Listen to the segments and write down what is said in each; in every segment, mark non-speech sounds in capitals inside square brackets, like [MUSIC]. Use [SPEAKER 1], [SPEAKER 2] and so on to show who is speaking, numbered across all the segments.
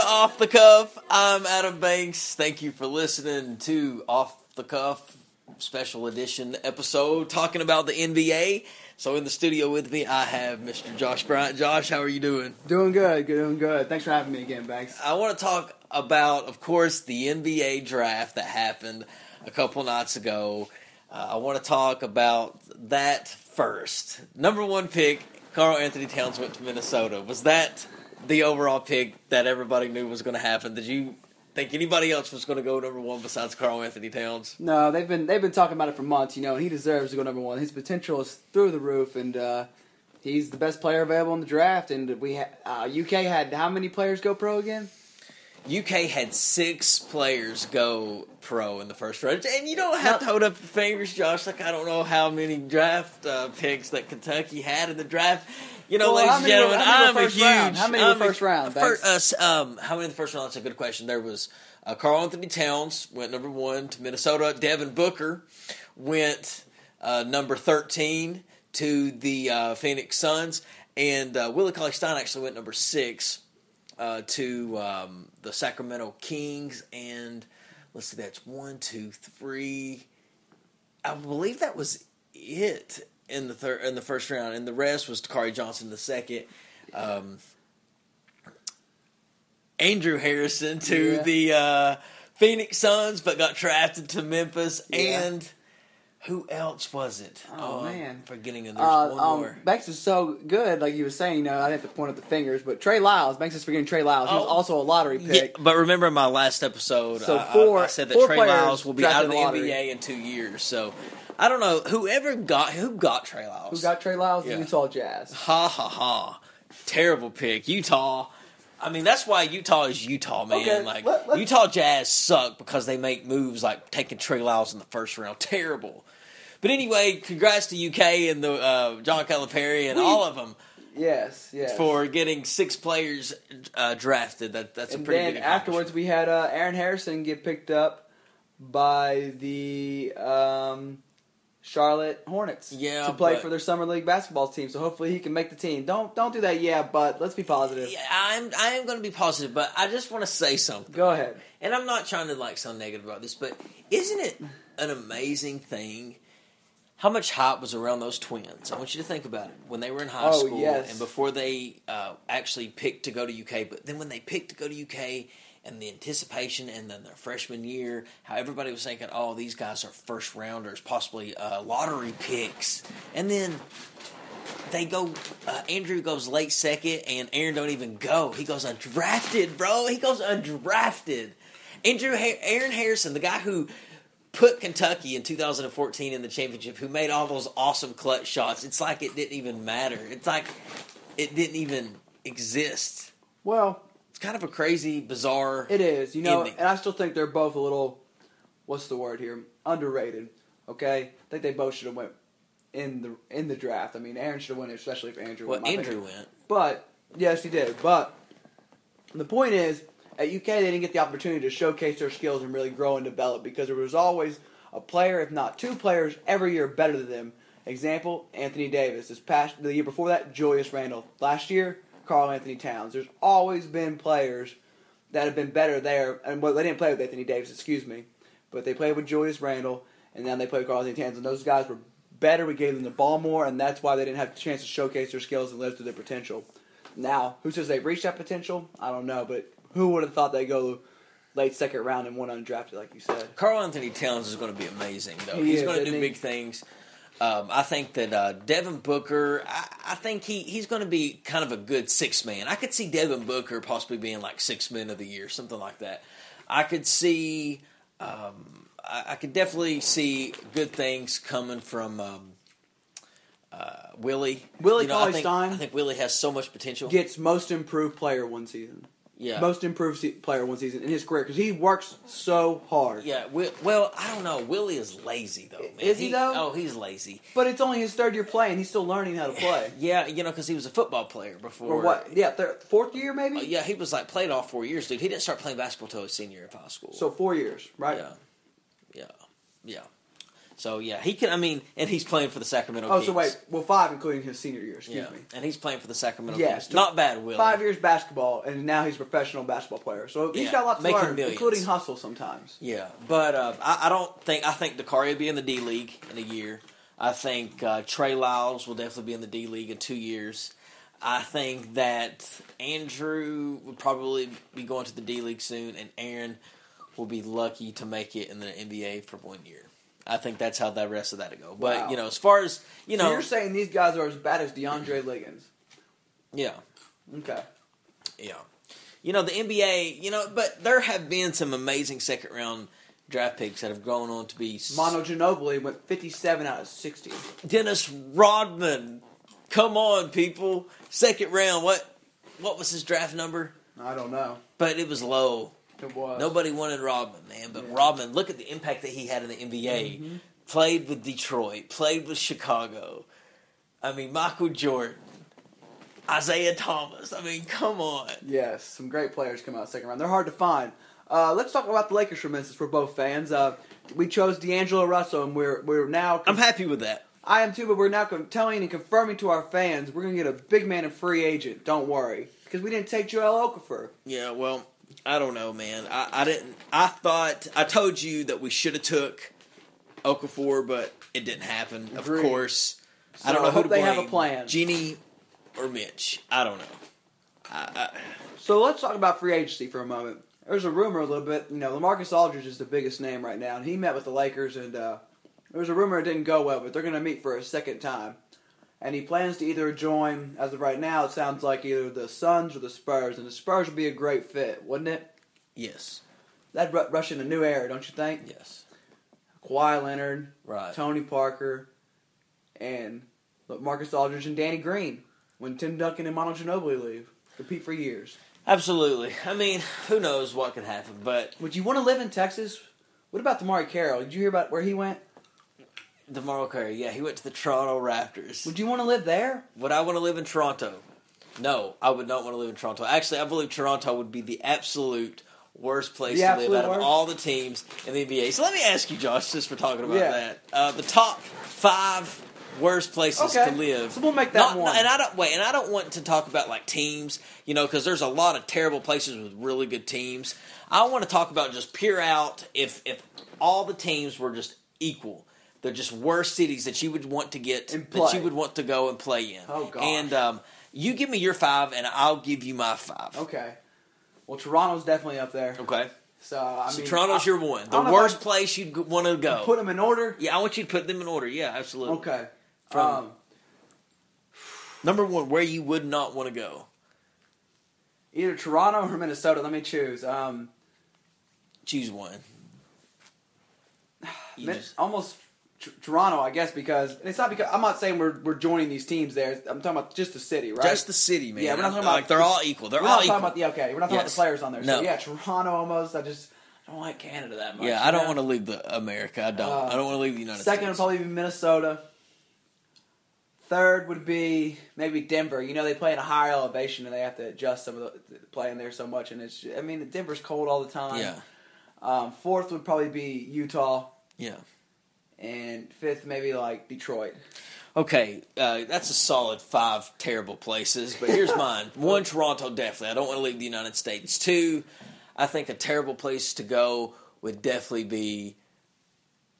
[SPEAKER 1] Off the Cuff. I'm Adam Banks. Thank you for listening to Off the Cuff special edition episode talking about the NBA. So in the studio with me, I have Mr. Josh Bryant. Josh, how are you doing?
[SPEAKER 2] Doing good, doing good. Thanks for having me again, Banks.
[SPEAKER 1] I want to talk about, of course, the NBA draft that happened a couple nights ago. Uh, I want to talk about that first. Number one pick, Carl Anthony Towns went to Minnesota. Was that the overall pick that everybody knew was going to happen? Did you think anybody else was going to go number one besides Carl Anthony Towns?
[SPEAKER 2] No, they've been they've been talking about it for months. You know, he deserves to go number one. His potential is through the roof, and uh, he's the best player available in the draft. And we ha- uh, UK had how many players go pro again?
[SPEAKER 1] UK had six players go pro in the first round, and you don't have to hold up your fingers, Josh. Like I don't know how many draft uh, picks that Kentucky had in the draft. You know,
[SPEAKER 2] Well,
[SPEAKER 1] ladies
[SPEAKER 2] how
[SPEAKER 1] and
[SPEAKER 2] many were-
[SPEAKER 1] gentlemen,
[SPEAKER 2] how many
[SPEAKER 1] I'm
[SPEAKER 2] were
[SPEAKER 1] a
[SPEAKER 2] first
[SPEAKER 1] huge. I'm a-
[SPEAKER 2] round? How many were first round,
[SPEAKER 1] fir-
[SPEAKER 2] Banks?
[SPEAKER 1] uh, s- um, how many in the first round? That's a good question. There was uh, Carl Anthony Towns went number one to Minnesota. Devin Booker went uh, number thirteen to the uh, Phoenix Suns, and uh, Willie Cauley Stein actually went number six uh, to um, the Sacramento Kings, and let's see, that's one, two, three. I believe that was it in the third in the first round, and the rest was Dakari Johnson the second. Um, Andrew Harrison to
[SPEAKER 2] Yeah.
[SPEAKER 1] the uh, Phoenix Suns, but got drafted to Memphis.
[SPEAKER 2] Yeah.
[SPEAKER 1] And who else was it?
[SPEAKER 2] Oh,
[SPEAKER 1] I'm
[SPEAKER 2] man.
[SPEAKER 1] forgetting. And there's
[SPEAKER 2] Uh,
[SPEAKER 1] one
[SPEAKER 2] um,
[SPEAKER 1] more.
[SPEAKER 2] Banks is so good, like you were saying. You know, I didn't have to point at the fingers, but Trey Lyles. Banks is forgetting Trey Lyles. He was
[SPEAKER 1] Oh.
[SPEAKER 2] also a lottery
[SPEAKER 1] Yeah,
[SPEAKER 2] pick.
[SPEAKER 1] but remember in my last episode,
[SPEAKER 2] So
[SPEAKER 1] I- I,
[SPEAKER 2] four-
[SPEAKER 1] I said that
[SPEAKER 2] four
[SPEAKER 1] Trey
[SPEAKER 2] players
[SPEAKER 1] Lyles will be out of
[SPEAKER 2] drafted
[SPEAKER 1] the
[SPEAKER 2] in the lottery.
[SPEAKER 1] NBA in two years. So I don't know whoever got who got Trey Lyles.
[SPEAKER 2] Who got Trey Lyles?
[SPEAKER 1] Yeah.
[SPEAKER 2] The Utah Jazz.
[SPEAKER 1] ha ha ha! Terrible pick, Utah. I mean that's why Utah is Utah, man.
[SPEAKER 2] Okay,
[SPEAKER 1] like
[SPEAKER 2] let- let's-
[SPEAKER 1] Utah Jazz suck because they make moves like taking Trey Lyles in the first round. Terrible. But anyway, congrats to UK and the uh, John Calipari and
[SPEAKER 2] We-
[SPEAKER 1] all of them
[SPEAKER 2] Yes, yes.
[SPEAKER 1] for getting six players uh, drafted. That that's a
[SPEAKER 2] and
[SPEAKER 1] pretty
[SPEAKER 2] then
[SPEAKER 1] good
[SPEAKER 2] afterwards we had uh, Aaron Harrison get picked up by the um, Charlotte Hornets
[SPEAKER 1] Yeah,
[SPEAKER 2] to play
[SPEAKER 1] but-
[SPEAKER 2] for their summer league basketball team. So hopefully he can make the team. Don't don't do that. Yeah, but let's be positive.
[SPEAKER 1] Yeah, I'm I am going to be positive, but I just want to say something.
[SPEAKER 2] Go ahead.
[SPEAKER 1] And I'm not trying to like sound negative about this, but isn't it an amazing thing how much hype was around those twins? I want you to think about it when they were in high
[SPEAKER 2] Oh,
[SPEAKER 1] school
[SPEAKER 2] yes.
[SPEAKER 1] and before they uh, actually picked to go to UK. But then when they picked to go to UK and the anticipation, and then their freshman year, how everybody was thinking, "Oh, these guys are first rounders, possibly uh, lottery picks," and then they go. Uh, Andrew goes late second, and Aaron don't even go. He goes undrafted, bro. He goes undrafted. Andrew Har- Aaron Harrison, the guy who put Kentucky in 2014 in the championship, who made all those awesome clutch shots. It's like it didn't even matter. It's like it didn't even exist.
[SPEAKER 2] Well,
[SPEAKER 1] It's kind of a crazy, bizarre.
[SPEAKER 2] it is. You know,
[SPEAKER 1] Ending.
[SPEAKER 2] and I still think they're both a little. What's the word here? Underrated. Okay, I think they both should have went in the in the draft. I mean, Aaron should have went, especially if Andrew.
[SPEAKER 1] Well,
[SPEAKER 2] went, my
[SPEAKER 1] Andrew
[SPEAKER 2] opinion.
[SPEAKER 1] went.
[SPEAKER 2] But yes, he did. But the point is, at UK they didn't get the opportunity to showcase their skills and really grow and develop because there was always a player, if not two players, every year better than them. Example: Anthony Davis. This past the year before that, Julius Randle. Last year, Carl Anthony Towns. There's always been players that have been better there, and well, they didn't play with Anthony Davis, excuse me, but they played with Julius Randle, and now they play with Carl Anthony Towns, and those guys were better. We gave them the ball more, and that's why they didn't have the chance to showcase their skills and live to their potential. Now, who says they've reached that potential? I don't know, but who would have thought they go late second round and one undrafted, like you said?
[SPEAKER 1] Carl Anthony Towns is going to be amazing, though.
[SPEAKER 2] He
[SPEAKER 1] He's
[SPEAKER 2] is,
[SPEAKER 1] going to
[SPEAKER 2] isn't
[SPEAKER 1] do
[SPEAKER 2] he?
[SPEAKER 1] big things. Um, I think that uh, Devin Booker, I, I think he, he's going to be kind of a good six man. I could see Devin Booker possibly being like six man of the year, something like that. I could see, um, I, I could definitely see good things coming from um, uh, Willie.
[SPEAKER 2] Willie
[SPEAKER 1] I think-
[SPEAKER 2] Cauley-Stein.
[SPEAKER 1] I think Willie has so much potential.
[SPEAKER 2] Gets most improved player one season.
[SPEAKER 1] yeah.
[SPEAKER 2] Most improved se- player one season in his career because he works so hard.
[SPEAKER 1] yeah, Wi- well, I don't know. Willie is lazy though. Man.
[SPEAKER 2] Is he, though?
[SPEAKER 1] Oh, he's lazy.
[SPEAKER 2] But it's only his third year playing. He's still learning how
[SPEAKER 1] [LAUGHS]
[SPEAKER 2] to play.
[SPEAKER 1] Yeah, you know, because he was a football player before.
[SPEAKER 2] or what? Yeah, thir- fourth year maybe.
[SPEAKER 1] Uh, yeah, he was like played all four years, dude. He didn't start playing basketball till his senior year of high school.
[SPEAKER 2] So four years, right?
[SPEAKER 1] yeah, yeah, yeah. So yeah, he can. I mean, and he's playing for the Sacramento.
[SPEAKER 2] Oh,
[SPEAKER 1] Kings.
[SPEAKER 2] so wait, well, five including his senior year. Excuse
[SPEAKER 1] yeah,
[SPEAKER 2] me.
[SPEAKER 1] and he's playing for the Sacramento.
[SPEAKER 2] Yeah,
[SPEAKER 1] Kings.
[SPEAKER 2] so
[SPEAKER 1] not bad, Will.
[SPEAKER 2] Five years basketball, and now he's a professional basketball player. So he's
[SPEAKER 1] Yeah,
[SPEAKER 2] got a lot to
[SPEAKER 1] making
[SPEAKER 2] learn,
[SPEAKER 1] millions.
[SPEAKER 2] including hustle sometimes.
[SPEAKER 1] Yeah, but uh, I, I don't think I think Dakari will be in the D League in a year. I think uh, Trey Lyles will definitely be in the D League in two years. I think that Andrew would probably be going to the D League soon, and Aaron will be lucky to make it in the NBA for one year. I think that's how the rest of that will go. But
[SPEAKER 2] Wow.
[SPEAKER 1] you know, as far as you
[SPEAKER 2] so
[SPEAKER 1] know,
[SPEAKER 2] you're saying these guys are as bad as DeAndre Liggins?
[SPEAKER 1] yeah,
[SPEAKER 2] Okay.
[SPEAKER 1] yeah, you know the NBA, you know, but there have been some amazing second round draft picks that have gone on to be s-
[SPEAKER 2] Mono Ginobili went 57 out of 60.
[SPEAKER 1] Dennis Rodman. Come on, people. Second round. What what was his draft number?
[SPEAKER 2] I don't know.
[SPEAKER 1] But it was low.
[SPEAKER 2] It was.
[SPEAKER 1] Nobody wanted Rodman, man. But
[SPEAKER 2] Yeah.
[SPEAKER 1] Rodman, look at the impact that he had in the NBA. Played with Detroit, played with Chicago. I mean, Michael Jordan, Isaiah Thomas. I mean, come on.
[SPEAKER 2] Yes, some great players come out second round. They're hard to find. Uh, let's talk about the Lakers for a minute since we're both fans. Uh, we chose D'Angelo Russell, and we're we're now.
[SPEAKER 1] I'm happy with that.
[SPEAKER 2] I am too, but we're now con- telling and confirming to our fans we're going to get a big man and free agent. Don't worry, because we didn't take Joel Okafor.
[SPEAKER 1] Yeah, well, I don't know, man. I, I didn't. I thought I told you that we should have took Okafor, but it didn't happen.
[SPEAKER 2] Agreed.
[SPEAKER 1] Of course,
[SPEAKER 2] So
[SPEAKER 1] I don't know
[SPEAKER 2] I
[SPEAKER 1] who
[SPEAKER 2] hope
[SPEAKER 1] to
[SPEAKER 2] they
[SPEAKER 1] blame.
[SPEAKER 2] have a plan.
[SPEAKER 1] Genie or Mitch. I don't know. I, I,
[SPEAKER 2] So let's talk about free agency for a moment. There's a rumor a little bit. You know, Lamarcus Aldridge is the biggest name right now, and he met with the Lakers, and uh, there was a rumor it didn't go well, but they're going to meet for a second time. And he plans to either join, as of right now, it sounds like either the Suns or the Spurs, and the Spurs would be a great fit, wouldn't it?
[SPEAKER 1] yes,
[SPEAKER 2] That'd ru- rush in a new era, don't you think?
[SPEAKER 1] yes,
[SPEAKER 2] Kawhi Leonard,
[SPEAKER 1] right.
[SPEAKER 2] Tony Parker, and Marcus Aldridge and Danny Green when Tim Duncan and Mono Ginobili leave. Compete for years.
[SPEAKER 1] Absolutely. I mean, who knows what could happen? But
[SPEAKER 2] Would you want to live in Texas? What about Damari Carroll? Did you hear about where he went?
[SPEAKER 1] Demar Curry, yeah, he went to the Toronto Raptors.
[SPEAKER 2] Would you want to live there?
[SPEAKER 1] Would I want to live in Toronto? No, I would not want to live in Toronto. Actually, I believe Toronto would be the absolute worst place
[SPEAKER 2] The
[SPEAKER 1] to live
[SPEAKER 2] absolute
[SPEAKER 1] out of
[SPEAKER 2] worst?
[SPEAKER 1] all the teams in the NBA. So let me ask you, Josh, since we're talking about
[SPEAKER 2] Yeah.
[SPEAKER 1] that, uh, the top five worst places
[SPEAKER 2] Okay.
[SPEAKER 1] to live.
[SPEAKER 2] So we'll make that
[SPEAKER 1] Not-
[SPEAKER 2] one.
[SPEAKER 1] And I don't wait. And I don't want to talk about like teams, you know, because there's a lot of terrible places with really good teams. I want to talk about just pure out. If if all the teams were just equal, they're just worst cities that you would want to get
[SPEAKER 2] And
[SPEAKER 1] that
[SPEAKER 2] play.
[SPEAKER 1] you would want to go and play in.
[SPEAKER 2] Oh, gosh.
[SPEAKER 1] And um, you give me your five, and I'll give you my five.
[SPEAKER 2] Okay. Well, Toronto's definitely up there.
[SPEAKER 1] Okay.
[SPEAKER 2] So I
[SPEAKER 1] So
[SPEAKER 2] mean,
[SPEAKER 1] Toronto's
[SPEAKER 2] I-
[SPEAKER 1] your one. The
[SPEAKER 2] don't know if
[SPEAKER 1] worst
[SPEAKER 2] I'd
[SPEAKER 1] place you'd want to go.
[SPEAKER 2] Put them in order.
[SPEAKER 1] yeah, I want you to put them in order. Yeah, absolutely.
[SPEAKER 2] Okay.
[SPEAKER 1] From-
[SPEAKER 2] um,
[SPEAKER 1] Number one, where you would not want to go.
[SPEAKER 2] either Toronto or Minnesota. Let me choose. Um,
[SPEAKER 1] Choose
[SPEAKER 2] [SIGHS]
[SPEAKER 1] one. You
[SPEAKER 2] Min-
[SPEAKER 1] just-
[SPEAKER 2] almost t- Toronto, I guess, because and it's not because I'm not saying we're we're joining these teams there. I'm talking about just the city, right?
[SPEAKER 1] Just the city, man.
[SPEAKER 2] Yeah, we're not talking
[SPEAKER 1] like
[SPEAKER 2] about-
[SPEAKER 1] they're all equal. They're
[SPEAKER 2] we're
[SPEAKER 1] all
[SPEAKER 2] not
[SPEAKER 1] equal.
[SPEAKER 2] talking about the okay. We're not talking about
[SPEAKER 1] Yes.
[SPEAKER 2] the players on there. So
[SPEAKER 1] No.
[SPEAKER 2] yeah, Toronto almost. I just I don't like Canada that much.
[SPEAKER 1] yeah, I
[SPEAKER 2] you
[SPEAKER 1] don't
[SPEAKER 2] know?
[SPEAKER 1] want to leave the America. I don't.
[SPEAKER 2] Uh,
[SPEAKER 1] I don't want to leave the United
[SPEAKER 2] Second would
[SPEAKER 1] States.
[SPEAKER 2] probably be Minnesota. Third would be maybe Denver. You know they play in a higher elevation and they have to adjust some of the playing there so much. And it's I mean Denver's cold all the time.
[SPEAKER 1] Yeah,
[SPEAKER 2] Um, fourth would probably be Utah,
[SPEAKER 1] yeah.
[SPEAKER 2] and fifth maybe like Detroit.
[SPEAKER 1] Okay, uh, that's a solid five terrible places, but here's mine. One, Toronto, definitely. I don't want to leave the United States. Two, I think a terrible place to go would definitely be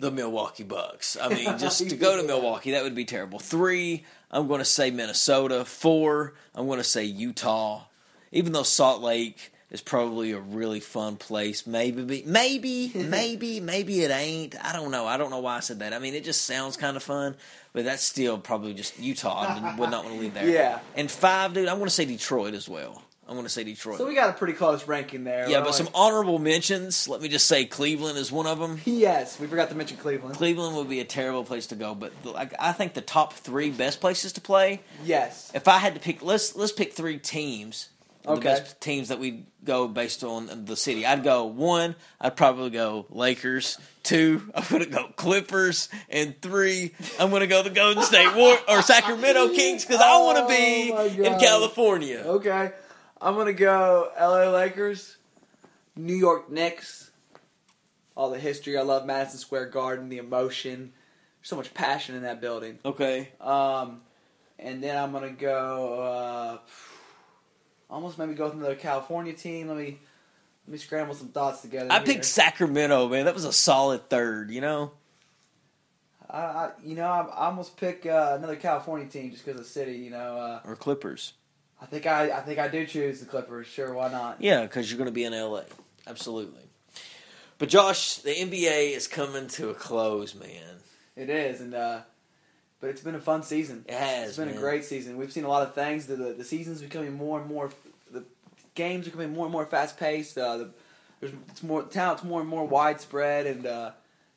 [SPEAKER 1] the Milwaukee Bucks. I
[SPEAKER 2] [LAUGHS]
[SPEAKER 1] mean, just to go to Milwaukee, that would be terrible. Three, I'm going to say Minnesota. Four, I'm going to say Utah. Even though Salt Lake is probably a really fun place, maybe, maybe,
[SPEAKER 2] [LAUGHS]
[SPEAKER 1] maybe, maybe it ain't. I don't know. I don't know why I said that. I mean, it just sounds kind of fun, but that's still probably just Utah. I would not want to leave there.
[SPEAKER 2] [LAUGHS] Yeah.
[SPEAKER 1] And five, dude, I'm going to say Detroit as well. I'm going to say Detroit.
[SPEAKER 2] So we got a pretty close ranking there.
[SPEAKER 1] yeah, but
[SPEAKER 2] We're only-
[SPEAKER 1] some honorable mentions. Let me just say Cleveland is one of them.
[SPEAKER 2] yes, we forgot to mention Cleveland.
[SPEAKER 1] Cleveland would be a terrible place to go, but like I think the top three best places to play.
[SPEAKER 2] yes,
[SPEAKER 1] If I had to pick, let's let's pick three teams. The
[SPEAKER 2] Okay.
[SPEAKER 1] best teams that we go based on the city. I'd go one. I'd probably go Lakers. Two. I'm gonna go Clippers. And three. I'm gonna go the Golden State War or Sacramento Kings because I want to
[SPEAKER 2] [LAUGHS] Oh, my
[SPEAKER 1] be in
[SPEAKER 2] God.
[SPEAKER 1] California.
[SPEAKER 2] okay. I'm gonna go L.A. Lakers, New York Knicks. All the history I love, Madison Square Garden, the emotion. so much passion in that building.
[SPEAKER 1] Okay.
[SPEAKER 2] Um, and then I'm gonna go. Uh, almost maybe go with another California team. Let me let me scramble some thoughts together.
[SPEAKER 1] I
[SPEAKER 2] here.
[SPEAKER 1] picked Sacramento, man. That was a solid third, you know?
[SPEAKER 2] I, I you know I, I almost pick uh, another California team just because of the city. You know, uh,
[SPEAKER 1] Or Clippers.
[SPEAKER 2] I think I I think I do choose the Clippers. Sure, why not?
[SPEAKER 1] Yeah, because you're going to be in LA. Absolutely. But Josh, the NBA is coming to a close, man.
[SPEAKER 2] It is, and uh, but it's been a fun season.
[SPEAKER 1] It has.
[SPEAKER 2] It's been
[SPEAKER 1] man.
[SPEAKER 2] a great season. We've seen a lot of things. The, the the season's becoming more and more. The games are becoming more and more fast paced. Uh, the, there's it's more talent's more and more widespread, and uh,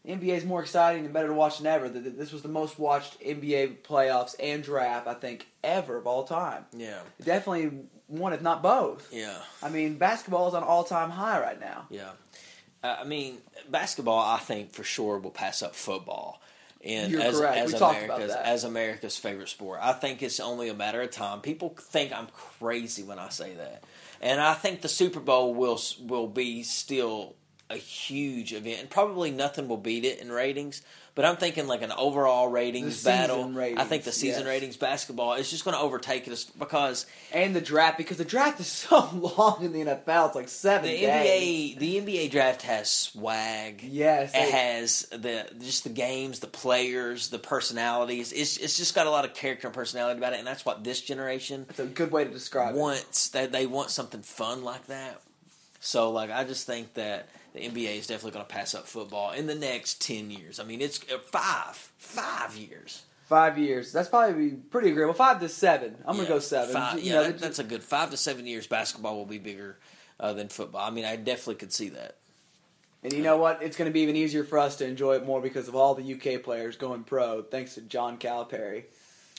[SPEAKER 2] NBA is more exciting and better to watch than ever. The, the- this was the most watched NBA playoffs and draft I think ever of all time.
[SPEAKER 1] Yeah,
[SPEAKER 2] Definitely one, if not both.
[SPEAKER 1] yeah,
[SPEAKER 2] I mean, basketball is on all time high right now.
[SPEAKER 1] yeah. Uh, I mean, basketball, I think for sure will pass up football. And
[SPEAKER 2] You're
[SPEAKER 1] as,
[SPEAKER 2] correct.
[SPEAKER 1] as
[SPEAKER 2] We talked about
[SPEAKER 1] America's
[SPEAKER 2] that.
[SPEAKER 1] as America's favorite sport, I think it's only a matter of time. People think I'm crazy when I say that, and I think the Super Bowl will will be still a huge event, and probably nothing will beat it in ratings. But I'm thinking like an overall ratings
[SPEAKER 2] season
[SPEAKER 1] battle. I think
[SPEAKER 2] ratings,
[SPEAKER 1] the season
[SPEAKER 2] yes.
[SPEAKER 1] ratings basketball is just going to overtake it because
[SPEAKER 2] And the draft because the draft is [LAUGHS] so long in the NFL. It's like seven
[SPEAKER 1] the
[SPEAKER 2] days.
[SPEAKER 1] NBA the NBA draft has swag.
[SPEAKER 2] Yes,
[SPEAKER 1] It
[SPEAKER 2] they-
[SPEAKER 1] has the just the games, the players, the personalities. It's it's just got a lot of character and personality about it, and that's what this generation
[SPEAKER 2] It's a good way to describe it.
[SPEAKER 1] wants. They they want something fun like that. So like I just think that the NBA is definitely going to pass up football in the next ten years. I mean, it's uh, five five years.
[SPEAKER 2] Five years. That's probably pretty agreeable. Five to seven. I'm gonna
[SPEAKER 1] Yeah,
[SPEAKER 2] go seven.
[SPEAKER 1] Five,
[SPEAKER 2] You
[SPEAKER 1] yeah,
[SPEAKER 2] know,
[SPEAKER 1] that-
[SPEAKER 2] they-
[SPEAKER 1] that's a good five to seven years. Basketball will be bigger uh, than football. I mean, I definitely could see that.
[SPEAKER 2] and you know what? It's gonna be even easier for us to enjoy it more because of all the UK players going pro, thanks to John Calipari.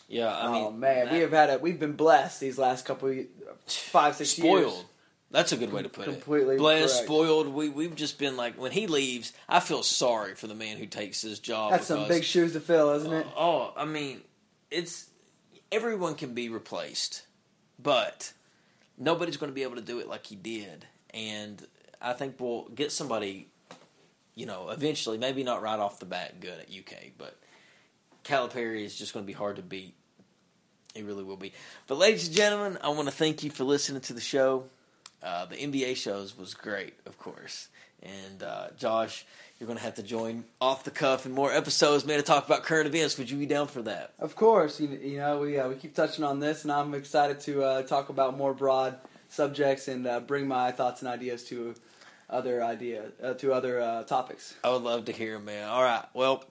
[SPEAKER 1] Yeah, I mean,
[SPEAKER 2] oh man,
[SPEAKER 1] that-
[SPEAKER 2] we have had a we've been blessed these last couple of, five six
[SPEAKER 1] spoiled.
[SPEAKER 2] years.
[SPEAKER 1] That's a good way to put
[SPEAKER 2] Completely
[SPEAKER 1] it. Blessed,
[SPEAKER 2] correct.
[SPEAKER 1] spoiled. We we've just been like when he leaves, I feel sorry for the man who takes his job.
[SPEAKER 2] That's some big
[SPEAKER 1] because-
[SPEAKER 2] shoes to fill, isn't it?
[SPEAKER 1] Oh, I mean, it's everyone can be replaced, but nobody's going to be able to do it like he did. And I think we'll get somebody, you know, eventually. Maybe not right off the bat, good at UK, but Calipari is just going to be hard to beat. It really will be. But ladies and gentlemen, I want to thank you for listening to the show. Uh, the NBA shows was great, of course. And uh, Josh, you're going to have to join off the cuff in more episodes, man, to talk about current events. Would you be down for that?
[SPEAKER 2] Of course, you, you know we uh, we keep touching on this, and I'm excited to uh, talk about more broad subjects and uh, bring my thoughts and ideas to other idea uh, to other uh, topics.
[SPEAKER 1] I would love to hear, man. All right. Well,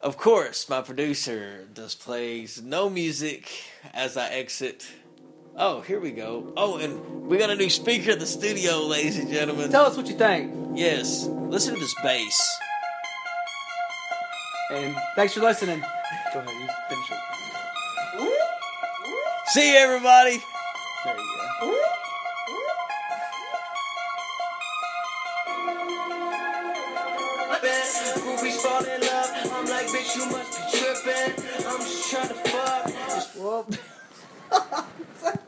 [SPEAKER 1] of course, my producer just plays no music as I exit. Oh, here we go. Oh, and we got a new speaker at the studio, ladies and gentlemen.
[SPEAKER 2] Tell us what you think.
[SPEAKER 1] Yes, listen to this bass.
[SPEAKER 2] And thanks for listening. Go ahead, you finish it.
[SPEAKER 1] See you, everybody.
[SPEAKER 2] There you go.
[SPEAKER 3] trippin'. When we fall in love, I'm like, bitch, you must be trippin'. I'm just tryna fuck.
[SPEAKER 2] Well.